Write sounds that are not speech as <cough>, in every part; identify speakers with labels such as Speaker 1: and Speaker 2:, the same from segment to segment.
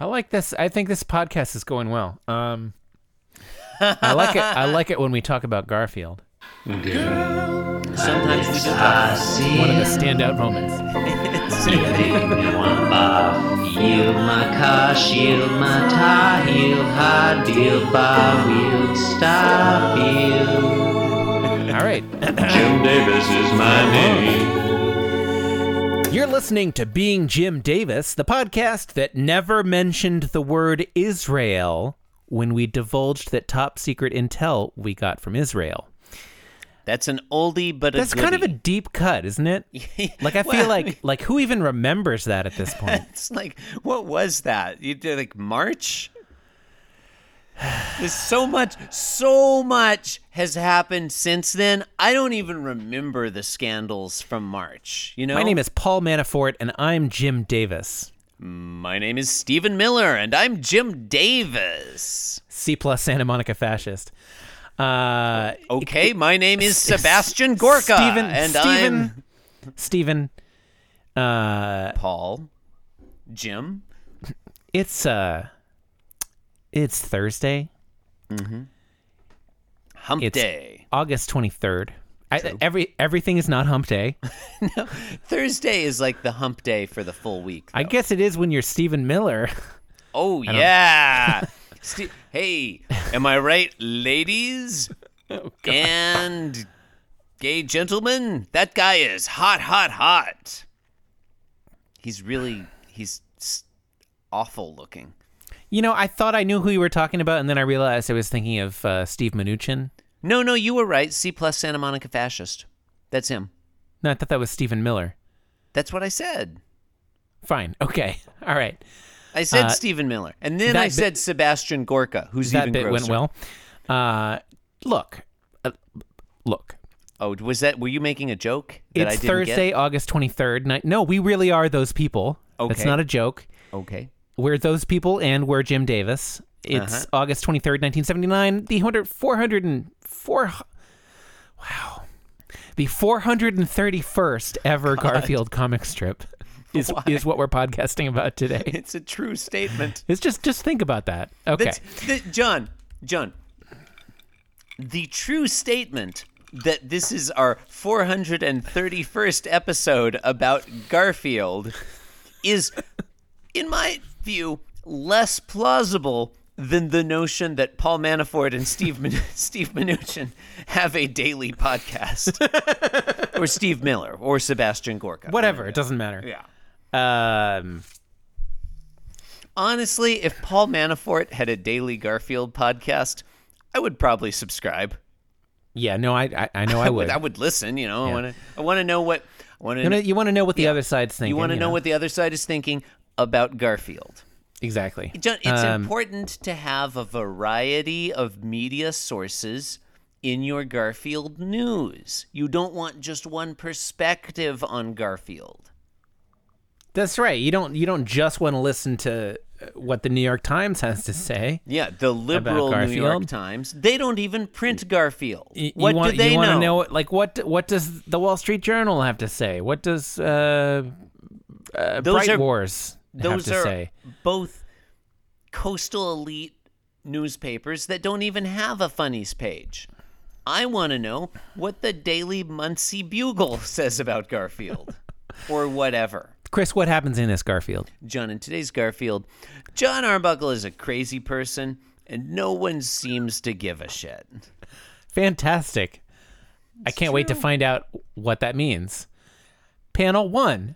Speaker 1: I like this. I think this podcast is going well. Um, I like it. I like it when we talk about Garfield.
Speaker 2: Sometimes we do that.
Speaker 1: One of the standout moments.
Speaker 3: Yield my car, shield my tie, heel, high deal, bar wheel, stop heel.
Speaker 1: All right.
Speaker 4: Jim Davis is my name.
Speaker 1: You're listening to Being Jim Davis, the podcast that never mentioned the word Israel when we divulged that top secret intel we got from Israel.
Speaker 2: That's an oldie but a
Speaker 1: That's kind of a
Speaker 2: goodie.
Speaker 1: deep cut, isn't
Speaker 2: <laughs>
Speaker 1: it? Like I feel
Speaker 2: Well,
Speaker 1: like like who even remembers that at this
Speaker 2: <laughs>
Speaker 1: point?
Speaker 2: it's like what was that? You did like March. There's so much, so much has happened since then. I don't even remember the scandals from March. You know,
Speaker 1: My name is Paul Manafort and I'm Jim Davis.
Speaker 2: my name is Stephen Miller, and I'm Jim Davis.
Speaker 1: C plus Santa Monica fascist. Uh
Speaker 2: Okay, my name is Sebastian Gorka,
Speaker 1: Stephen
Speaker 2: and
Speaker 1: Stephen Stephen uh
Speaker 2: I'm Paul Jim.
Speaker 1: it's uh it's Thursday.
Speaker 2: Hump
Speaker 1: It's-
Speaker 2: Day.
Speaker 1: August 23rd. I, every everything is not hump day.
Speaker 2: Thursday is like the hump day for the full week.
Speaker 1: I guess it is when you're Stephen Miller. <laughs>
Speaker 2: Oh yeah. Ste hey, am I right,
Speaker 1: <laughs>
Speaker 2: ladies
Speaker 1: Oh,
Speaker 2: and gay gentlemen? That guy is hot, hot, hot. He's really he's s- awful looking.
Speaker 1: You know, I thought I knew who you were talking about, and then I realized I was thinking of uh, Steve Mnuchin.
Speaker 2: No, no, you were right. C plus Santa Monica fascist. That's him.
Speaker 1: No, I thought that was Stephen Miller.
Speaker 2: That's what I said.
Speaker 1: Fine. <laughs> Okay. All right.
Speaker 2: I said
Speaker 1: Uh,
Speaker 2: Stephen Miller, and then
Speaker 1: that
Speaker 2: I
Speaker 1: bit-
Speaker 2: said Sebastian Gorka, who's
Speaker 1: that
Speaker 2: even
Speaker 1: bit
Speaker 2: grosser.
Speaker 1: went well. Uh, look, uh, look.
Speaker 2: Oh, was that? Were you making a joke that I
Speaker 1: it's
Speaker 2: didn't
Speaker 1: Thursday,
Speaker 2: get?
Speaker 1: August 23rd. Night. No, we really are those people. That's
Speaker 2: Okay.
Speaker 1: not a joke.
Speaker 2: Okay.
Speaker 1: We're those people, and we're Jim Davis. It's
Speaker 2: Uh-huh.
Speaker 1: August 23rd, 1979. The 100, 404. Wow. The 431st
Speaker 2: <laughs>
Speaker 1: ever Garfield comic strip is, is what we're podcasting about
Speaker 2: <laughs>
Speaker 1: today.
Speaker 2: <laughs> It's a true statement. <laughs>
Speaker 1: It's just just think about that. Okay.
Speaker 2: That's, th- John, John, the true statement that this is our 431st episode about Garfield is, in my view, less plausible than the notion that Paul Manafort and Steve Min- <laughs> Steve Mnuchin have a daily podcast, <laughs> or Steve Miller, or Sebastian Gorka,
Speaker 1: Whatever. It doesn't matter.
Speaker 2: Yeah.
Speaker 1: Um,
Speaker 2: Honestly, if Paul Manafort had a daily Garfield podcast, I would probably subscribe.
Speaker 1: yeah. No, I I, I know I would.
Speaker 2: <laughs> I would listen. You know, I want to. I want to know what. I want
Speaker 1: You wanna-
Speaker 2: to.
Speaker 1: you want to know what the other side's thinking.
Speaker 2: You want to know what the other side is thinking about Garfield.
Speaker 1: exactly.
Speaker 2: John, it's
Speaker 1: Um,
Speaker 2: important to have a variety of media sources in your Garfield news. You don't want just one perspective on Garfield.
Speaker 1: That's right. You don't you don't just want to listen to uh, what the New York Times has
Speaker 2: Mm-hmm.
Speaker 1: to say.
Speaker 2: Yeah, the liberal New York
Speaker 1: Garfield?
Speaker 2: Times. They don't even print Garfield.
Speaker 1: Y-
Speaker 2: what
Speaker 1: you want,
Speaker 2: do they
Speaker 1: you want
Speaker 2: know?
Speaker 1: to know like what what does the Wall Street Journal have to say? What does uh, uh
Speaker 2: Those
Speaker 1: Bright
Speaker 2: are-
Speaker 1: Wars
Speaker 2: those
Speaker 1: have to
Speaker 2: are
Speaker 1: say?
Speaker 2: both coastal elite newspapers that don't even have a funnies page. I want to know what the Daily Muncie Bugle <laughs> says
Speaker 1: <laughs>
Speaker 2: about Garfield or whatever.
Speaker 1: Chris, what happens in this Garfield?
Speaker 2: John, in today's Garfield, John Arbuckle is a crazy person and no one seems to give a shit. <laughs>
Speaker 1: Fantastic. I can't wait to find out what that means. Panel 1.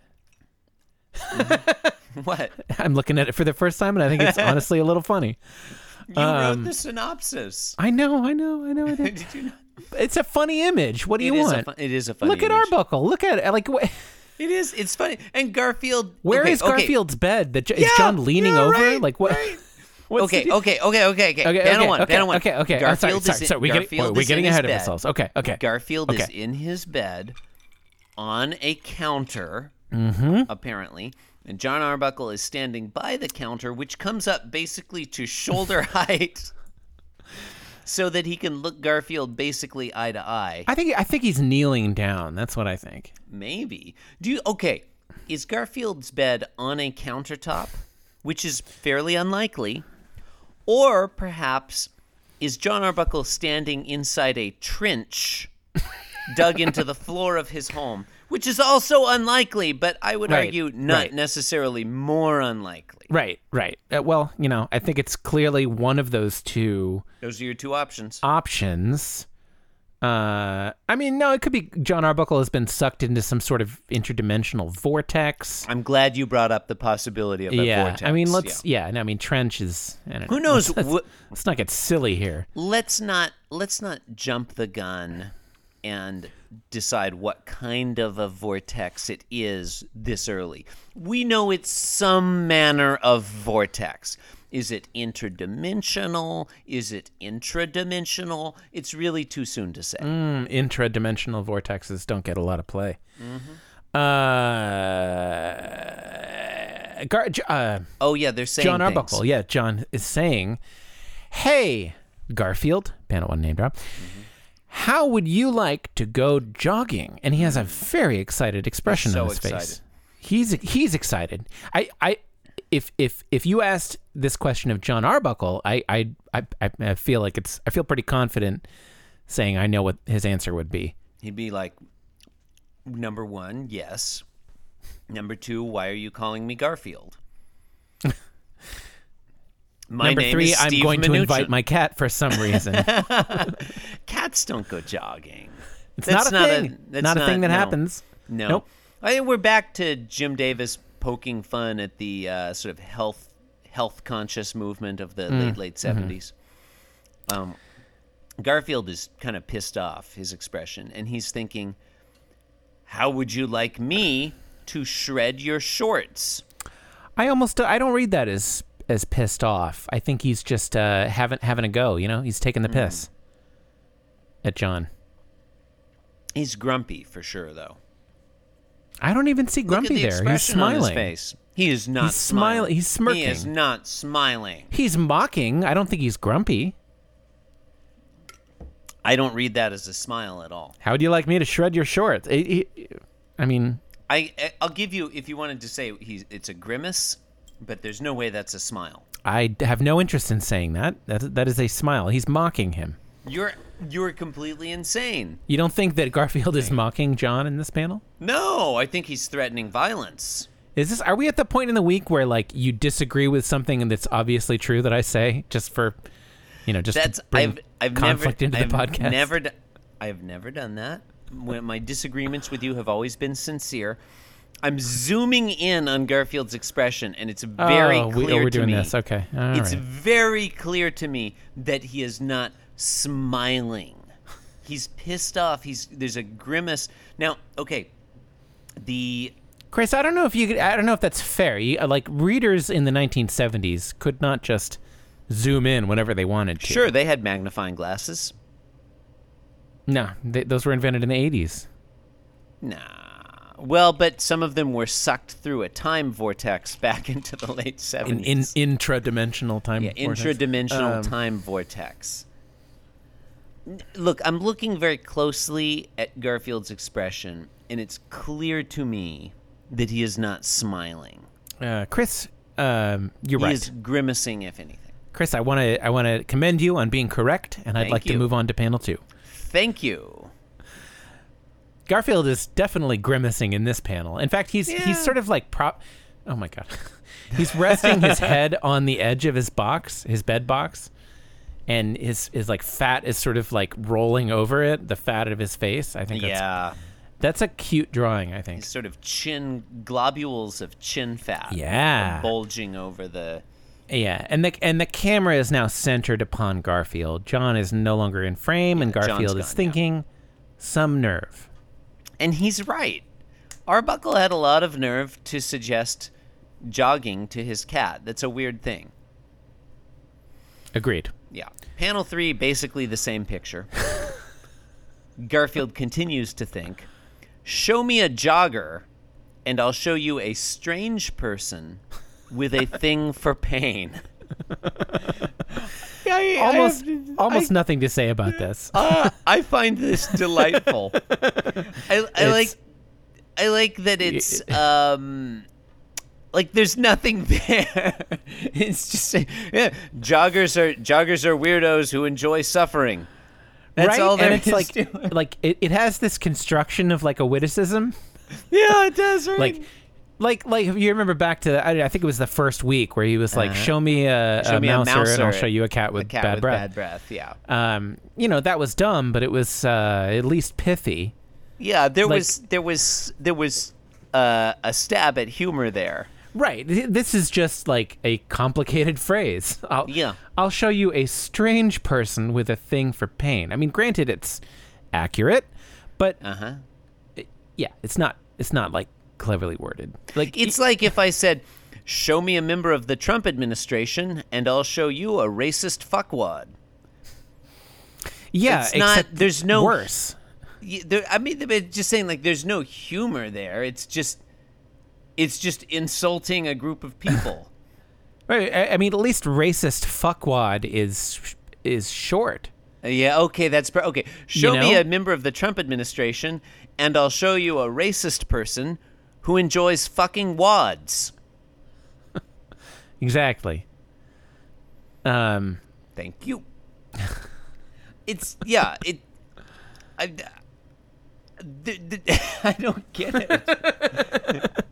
Speaker 2: What?
Speaker 1: <laughs> I'm looking at it for the first time and I think
Speaker 2: <laughs>
Speaker 1: it's honestly a little funny.
Speaker 2: You wrote the synopsis.
Speaker 1: Um, I know, I know, I know I did.
Speaker 2: <laughs> Did you not?
Speaker 1: It's a funny image. What do
Speaker 2: It
Speaker 1: you
Speaker 2: is, a
Speaker 1: want?
Speaker 2: fun, it is a funny
Speaker 1: Look at
Speaker 2: image.
Speaker 1: Arbuckle. Look at it. Like what
Speaker 2: It is. It's funny. And Garfield.
Speaker 1: Where
Speaker 2: okay,
Speaker 1: is
Speaker 2: okay.
Speaker 1: Garfield's bed? That Jo- is
Speaker 2: Yeah,
Speaker 1: John leaning
Speaker 2: yeah,
Speaker 1: over?
Speaker 2: right,
Speaker 1: like what?
Speaker 2: right.
Speaker 1: <laughs> what's
Speaker 2: okay,
Speaker 1: the-
Speaker 2: okay, okay, okay, okay.
Speaker 1: Okay,
Speaker 2: Panel
Speaker 1: okay,
Speaker 2: one,
Speaker 1: okay,
Speaker 2: panel one.
Speaker 1: Okay, okay. Oh,
Speaker 2: Garfield
Speaker 1: sorry,
Speaker 2: is
Speaker 1: sorry,
Speaker 2: in,
Speaker 1: sorry. We're getting,
Speaker 2: Garfield
Speaker 1: we're
Speaker 2: is
Speaker 1: getting
Speaker 2: in his
Speaker 1: ahead of
Speaker 2: bed.
Speaker 1: ourselves. Okay, okay.
Speaker 2: Garfield is
Speaker 1: Okay.
Speaker 2: in his bed on a counter,
Speaker 1: Mm-hmm.
Speaker 2: apparently, and John Arbuckle is standing by the counter, which comes up basically to shoulder <laughs> height, so that he can look Garfield basically eye to eye.
Speaker 1: I think I think he's kneeling down. That's what I think.
Speaker 2: Maybe. Do you? Okay. Is Garfield's bed on a countertop? which is fairly unlikely, or perhaps is John Arbuckle standing inside a
Speaker 1: <laughs>
Speaker 2: trench dug into the floor of his home, which is also unlikely, but I would
Speaker 1: Right,
Speaker 2: argue not
Speaker 1: right.
Speaker 2: necessarily more unlikely.
Speaker 1: Right, right. Uh, well, you know, I think it's clearly one of those two
Speaker 2: Those are your two
Speaker 1: Uh,
Speaker 2: options.
Speaker 1: options. Uh, I mean, no, it could be John Arbuckle has been sucked into some sort of interdimensional vortex.
Speaker 2: I'm glad you brought up the possibility of a
Speaker 1: yeah,
Speaker 2: vortex.
Speaker 1: I mean,
Speaker 2: yeah.
Speaker 1: let's yeah, and I mean, trench is. I don't
Speaker 2: Who
Speaker 1: know. <laughs>
Speaker 2: knows?
Speaker 1: Let's,
Speaker 2: what-
Speaker 1: let's not get silly here.
Speaker 2: let's not let's not jump the gun and decide what kind of a vortex it is this early. We know it's some manner of vortex. Is it interdimensional? Is it intradimensional? It's really too soon to say.
Speaker 1: Mm, intradimensional vortexes don't get a lot of play.
Speaker 2: Mm-hmm.
Speaker 1: Uh, Gar- J- uh,
Speaker 2: Oh yeah, they're saying
Speaker 1: John
Speaker 2: things.
Speaker 1: Arbuckle, yeah, John is saying, "Hey, Garfield, panel one name drop.
Speaker 2: Mm-hmm.
Speaker 1: How would you like to go jogging?" And he has a very excited expression
Speaker 2: so
Speaker 1: on his face.
Speaker 2: excited.
Speaker 1: He's he's excited. I I if if if you asked this question of John Arbuckle, I I I, I- I feel like it's I feel pretty confident saying I know what his answer would be.
Speaker 2: He'd be like, number one, yes. Number two, why are you calling me
Speaker 1: <laughs>
Speaker 2: Garfield? My
Speaker 1: Number
Speaker 2: name
Speaker 1: three,
Speaker 2: is
Speaker 1: I'm
Speaker 2: Steve
Speaker 1: going to invite
Speaker 2: Mnuchin.
Speaker 1: my cat for some
Speaker 2: <laughs>
Speaker 1: reason.
Speaker 2: cats don't go jogging.
Speaker 1: It's
Speaker 2: That's
Speaker 1: not a thing.
Speaker 2: that's
Speaker 1: not a thing that
Speaker 2: no.
Speaker 1: happens.
Speaker 2: No.
Speaker 1: Nope.
Speaker 2: I think we're back to Jim Davis poking fun at the uh, sort of health health conscious movement of the
Speaker 1: Mm.
Speaker 2: late late
Speaker 1: Mm-hmm.
Speaker 2: 70s Um, Garfield is kind of pissed off his expression, and he's thinking, "How would you like me to shred your shorts?"
Speaker 1: I almost I don't read that as as pissed off. I think he's just uh, having having a go. You know, he's
Speaker 2: Hmm.
Speaker 1: taking the piss at John.
Speaker 2: He's grumpy for sure, though.
Speaker 1: I don't even see
Speaker 2: Look at
Speaker 1: Grumpy
Speaker 2: the
Speaker 1: there. He's
Speaker 2: expression on his
Speaker 1: smiling.
Speaker 2: face. He is not
Speaker 1: He's smil-
Speaker 2: smiling.
Speaker 1: he's
Speaker 2: He is
Speaker 1: smirking.
Speaker 2: not smiling.
Speaker 1: He's mocking. I don't think he's grumpy.
Speaker 2: I don't read that as a smile at all.
Speaker 1: How would you like me to shred your shorts? I- I- I mean,
Speaker 2: I I- I'll give you if you wanted to say he's it's a grimace, but there's no way that's a smile.
Speaker 1: I d- have no interest in saying that. That that is a smile. He's mocking him.
Speaker 2: You're you're completely insane.
Speaker 1: You don't think that Garfield is mocking John in this panel?
Speaker 2: No, I think he's threatening violence.
Speaker 1: Is this are we at the point in the week where like you disagree with something and that's obviously true that I say just for you know just to
Speaker 2: That's
Speaker 1: bring
Speaker 2: I've I've
Speaker 1: conflict into
Speaker 2: never
Speaker 1: the
Speaker 2: I've
Speaker 1: podcast?
Speaker 2: Never, d- I've never done that. When my disagreements with you have always been sincere. I'm zooming in on Garfield's expression, and it's very
Speaker 1: oh,
Speaker 2: clear
Speaker 1: we, oh, we're
Speaker 2: to
Speaker 1: doing
Speaker 2: me.
Speaker 1: this. Okay, all
Speaker 2: it's
Speaker 1: right.
Speaker 2: very clear to me that he is not smiling. He's pissed off. He's there's a grimace. Now, okay, the
Speaker 1: Chris, I don't know if you could, I don't know if that's fair. You, uh, like readers in the 1970s could not just zoom in whenever they wanted to.
Speaker 2: sure they had magnifying glasses.
Speaker 1: No, they, those were invented in the 80s.
Speaker 2: Nah. Well, but some of them were sucked through a time vortex <laughs> back into the late
Speaker 1: In,
Speaker 2: seventies.
Speaker 1: in intradimensional time.
Speaker 2: Yeah,
Speaker 1: vortex.
Speaker 2: intradimensional
Speaker 1: Um,
Speaker 2: time vortex. N- Look, I'm looking very closely at Garfield's expression, and it's clear to me that he is not smiling.
Speaker 1: Uh, Chris, um, you're
Speaker 2: He
Speaker 1: right.
Speaker 2: is grimacing, if anything.
Speaker 1: Chris, I want to I want to commend you on being correct, and I'd
Speaker 2: Thank
Speaker 1: like to
Speaker 2: you.
Speaker 1: move on to panel two.
Speaker 2: Thank you.
Speaker 1: Garfield is definitely grimacing in this panel. In fact, he's
Speaker 2: Yeah.
Speaker 1: he's sort of like prop. Oh my god, <laughs> he's resting
Speaker 2: <laughs>
Speaker 1: his head on the edge of his box, his bed box, and his his like fat is sort of like rolling over it, the fat of his face. I think that's
Speaker 2: Yeah.
Speaker 1: that's a cute drawing. I think.
Speaker 2: Sort of chin globules of chin fat.
Speaker 1: Yeah.
Speaker 2: Bulging over the.
Speaker 1: Yeah, and the and the camera is now centered upon Garfield. John is no longer in frame, and
Speaker 2: John's
Speaker 1: Garfield
Speaker 2: gone
Speaker 1: is
Speaker 2: now.
Speaker 1: thinking, some nerve.
Speaker 2: And he's right. Arbuckle had a lot of nerve to suggest jogging to his cat. That's a weird thing.
Speaker 1: Agreed.
Speaker 2: Yeah. Panel three, basically the same picture. Garfield continues to think Show me a jogger, and I'll show you a strange person with a thing for <laughs> pain. I,
Speaker 1: Almost almost nothing to say about this.
Speaker 2: Ah, I find this delightful. I, I like, I like that it's um, like there's nothing <laughs> there. it's just yeah, joggers are joggers are weirdos who enjoy suffering. That's
Speaker 1: right?
Speaker 2: all there
Speaker 1: and
Speaker 2: is
Speaker 1: it's
Speaker 2: <laughs>
Speaker 1: like,
Speaker 2: to it.
Speaker 1: like it, it has this construction of like a witticism.
Speaker 2: Yeah, it does. Right?
Speaker 1: like like like if you remember back to I, I think it was the first week where he was like show me a,
Speaker 2: Uh-huh. Show
Speaker 1: a,
Speaker 2: me a
Speaker 1: mouser, and I'll
Speaker 2: mouser,
Speaker 1: show you a cat with,
Speaker 2: a cat
Speaker 1: bad,
Speaker 2: with
Speaker 1: breath.
Speaker 2: bad breath. Uh, Yeah,
Speaker 1: um you know that was dumb but it was uh at least pithy
Speaker 2: yeah. There
Speaker 1: Like-
Speaker 2: was there was there was uh, a stab at humor there.
Speaker 1: right th- this is just like a complicated <laughs> phrase I'll,
Speaker 2: Yeah.
Speaker 1: I'll show you a strange person with a thing for pain I mean granted it's accurate but
Speaker 2: Uh huh.
Speaker 1: yeah it's not it's not like cleverly worded like
Speaker 2: It's like if I said, "Show me a member of the Trump administration, and I'll show you a racist fuckwad."
Speaker 1: yeah
Speaker 2: it's not-
Speaker 1: except
Speaker 2: there's no-
Speaker 1: worse
Speaker 2: Y- there- I mean, they're just saying like there's no humor there. It's just, it's just insulting a group of people.
Speaker 1: Right. I, I mean, at least racist fuckwad is is short.
Speaker 2: Uh, yeah. Okay. That's per- okay. Show me
Speaker 1: know?
Speaker 2: a member of the Trump administration, and I'll show you a racist person who enjoys fucking wads.
Speaker 1: Exactly. Um.
Speaker 2: Thank you. <laughs> it's yeah. It. I. th- th- <laughs> I don't get it.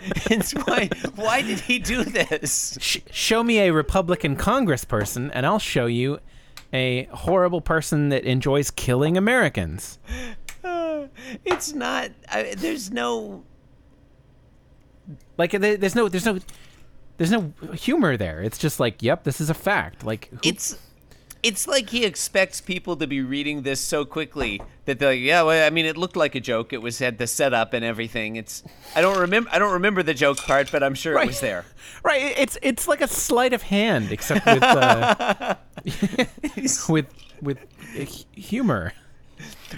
Speaker 2: <laughs> it's why. Why did he do <laughs> this?
Speaker 1: Sh- show me a Republican Congressperson, and I'll show you a horrible person that enjoys killing Americans.
Speaker 2: It's not. I, there's no.
Speaker 1: Like, there- there's no, there's no, there's no humor there. It's just like, yep, this is a fact. Like, who-
Speaker 2: It's. It's like he expects people to be reading this so quickly that they're like, yeah, well, I mean, it looked like a joke. It was had the setup and everything. It's. I don't remember. I don't remember the joke part, but I'm sure it was there.
Speaker 1: right? it- It's it's like a sleight of hand, except with uh, <laughs> with with uh, hu- humor.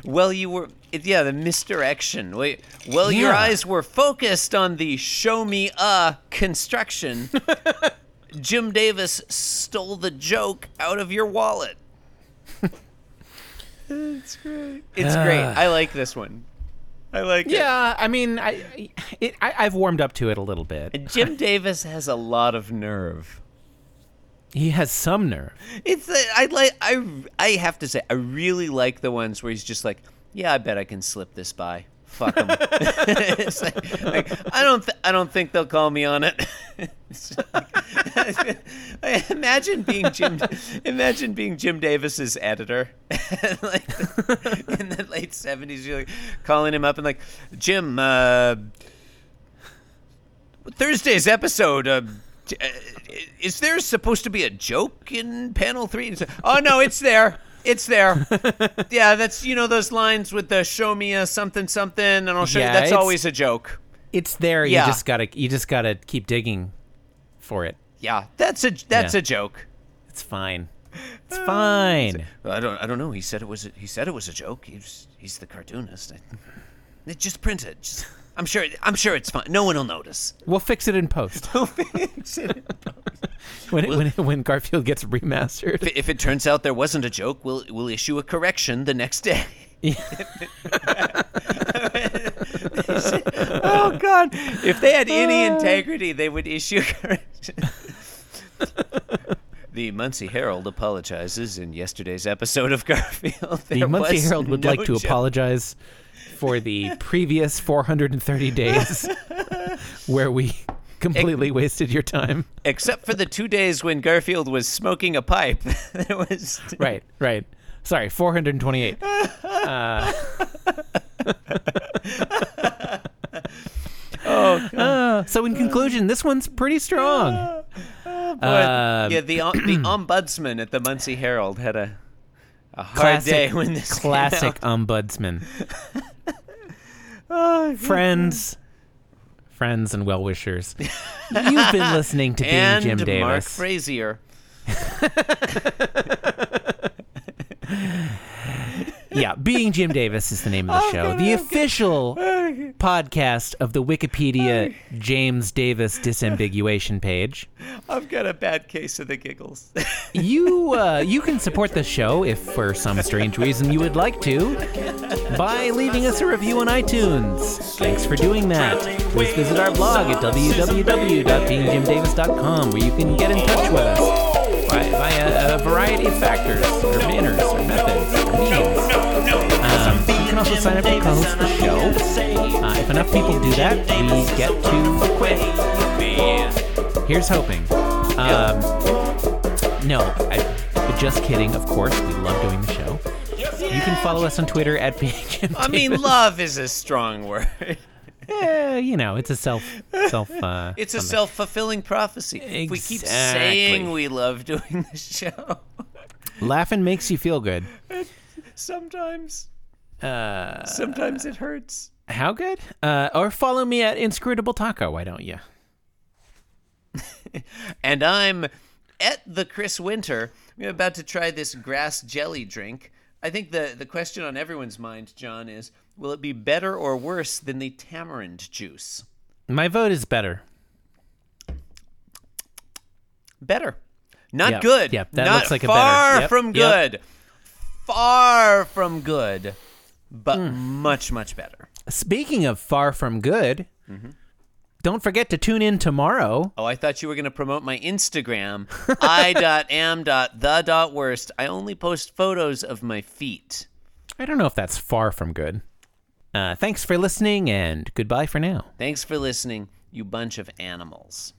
Speaker 2: Well, you were, it- yeah, the misdirection. Wait, well, your
Speaker 1: Yeah.
Speaker 2: eyes were focused on the show me a
Speaker 1: <laughs>
Speaker 2: construction. Jim Davis stole the joke out of your wallet. it's great. It's great.
Speaker 1: Ah.
Speaker 2: I like this one. I like it.
Speaker 1: Yeah, I mean, I, I- it, I I've warmed up to it a little bit.
Speaker 2: Jim Davis has a lot of nerve.
Speaker 1: He has some nerve.
Speaker 2: It's uh, I like I I have to say I really like the ones where he's just like, yeah, I bet I can slip this by. Fuck them. <laughs> it's like, like, I don't th- I don't think they'll call me on it. <laughs> It's like- <laughs> imagine being Jim imagine being Jim Davis's editor <laughs> like in the late 70s you're like calling him up and like, "Jim, uh Thursday's episode. Uh, t- uh, is there supposed to be a joke in panel three? It's- Oh no, it's there.
Speaker 1: <laughs>
Speaker 2: It's there. yeah, that's you know those lines with the show me a something something, and I'll show
Speaker 1: Yeah,
Speaker 2: you. That's
Speaker 1: it's-
Speaker 2: always a joke.
Speaker 1: It's there.
Speaker 2: Yeah.
Speaker 1: You just gotta you just gotta keep digging for it.
Speaker 2: Yeah, that's a that's
Speaker 1: Yeah.
Speaker 2: a joke.
Speaker 1: It's fine. It's fine.
Speaker 2: I don't I don't know. He said it was a, he said it was a joke. He's he's the cartoonist. I, just print it. Just, I'm sure I'm sure it's fine. No one will <laughs> notice.
Speaker 1: We'll fix it in post.
Speaker 2: <laughs>
Speaker 1: when, it, when it- when Garfield gets remastered.
Speaker 2: If- If it turns out there wasn't a joke, we'll we'll issue a correction the next day. <laughs> oh God! If they had any integrity, they would issue correction. <laughs> the Muncie Herald apologizes in yesterday's episode of Garfield.
Speaker 1: The
Speaker 2: There
Speaker 1: Muncie
Speaker 2: was
Speaker 1: Herald would
Speaker 2: no
Speaker 1: like to
Speaker 2: joke.
Speaker 1: apologize for
Speaker 2: <laughs>
Speaker 1: the previous 430 days where we completely wasted your time.
Speaker 2: except for the two days when Garfield was smoking a pipe. <laughs> there was <laughs>
Speaker 1: Right, right. Sorry, 428. Uh,
Speaker 2: Oh,
Speaker 1: Uh, so in conclusion, this one's pretty strong.
Speaker 2: Oh,
Speaker 1: Um,
Speaker 2: yeah, the om-
Speaker 1: <clears throat>
Speaker 2: the ombudsman at the Muncie Herald had a a hard
Speaker 1: classic,
Speaker 2: day when this came out.
Speaker 1: classic ombudsman. friends, friends, and well wishers. You've been listening to Being
Speaker 2: and
Speaker 1: Jim
Speaker 2: Mark
Speaker 1: Davis.
Speaker 2: Frazier.
Speaker 1: yeah, Being Jim Davis is the name of the show. The official podcast of the Wikipedia James Davis disambiguation page.
Speaker 2: I've got a bad case of the giggles. <laughs>
Speaker 1: You uh, you can support the show if for some strange reason you would like to by leaving us a review on iTunes. Thanks for doing that. Please visit our blog at www.beingjimdavis.com where you can get in touch with us by, by a, a variety of factors or manners or methods or means. Um, you can also sign up to co-host the show. Uh, if enough people do that, we get to quit. Here's hoping. Um, no, I, just kidding. Of course, we love doing the show. You can follow us on Twitter at BHM. <laughs>
Speaker 2: I mean, love is a strong word.
Speaker 1: you know, it's a self self. Uh,
Speaker 2: It's a
Speaker 1: something.
Speaker 2: self fulfilling prophecy. If we keep saying
Speaker 1: Exactly.
Speaker 2: we love doing this show, <laughs>
Speaker 1: Laughing makes you feel good.
Speaker 2: sometimes,
Speaker 1: Uh,
Speaker 2: sometimes it hurts.
Speaker 1: How good? Uh, or follow me at Inscrutable Taco. Why don't you?
Speaker 2: And I'm at the Chris Winter. I'm about to try this grass jelly drink. I think the, the question on everyone's mind, John, is will it be better or worse than the tamarind juice?
Speaker 1: My vote is better.
Speaker 2: Better. Not
Speaker 1: Yep,
Speaker 2: good.
Speaker 1: yep, that
Speaker 2: Not
Speaker 1: looks like a better.
Speaker 2: far
Speaker 1: Yep,
Speaker 2: from
Speaker 1: yep.
Speaker 2: good. Far from good, but
Speaker 1: Mm.
Speaker 2: much, much better.
Speaker 1: Speaking of far from good, don't forget to tune in tomorrow.
Speaker 2: Oh, I thought you were going to promote my Instagram, <laughs> i.am.the.worst. I only post photos of my feet.
Speaker 1: I don't know if that's far from good. Uh, thanks for listening, and goodbye for now.
Speaker 2: Thanks for listening, you bunch of animals.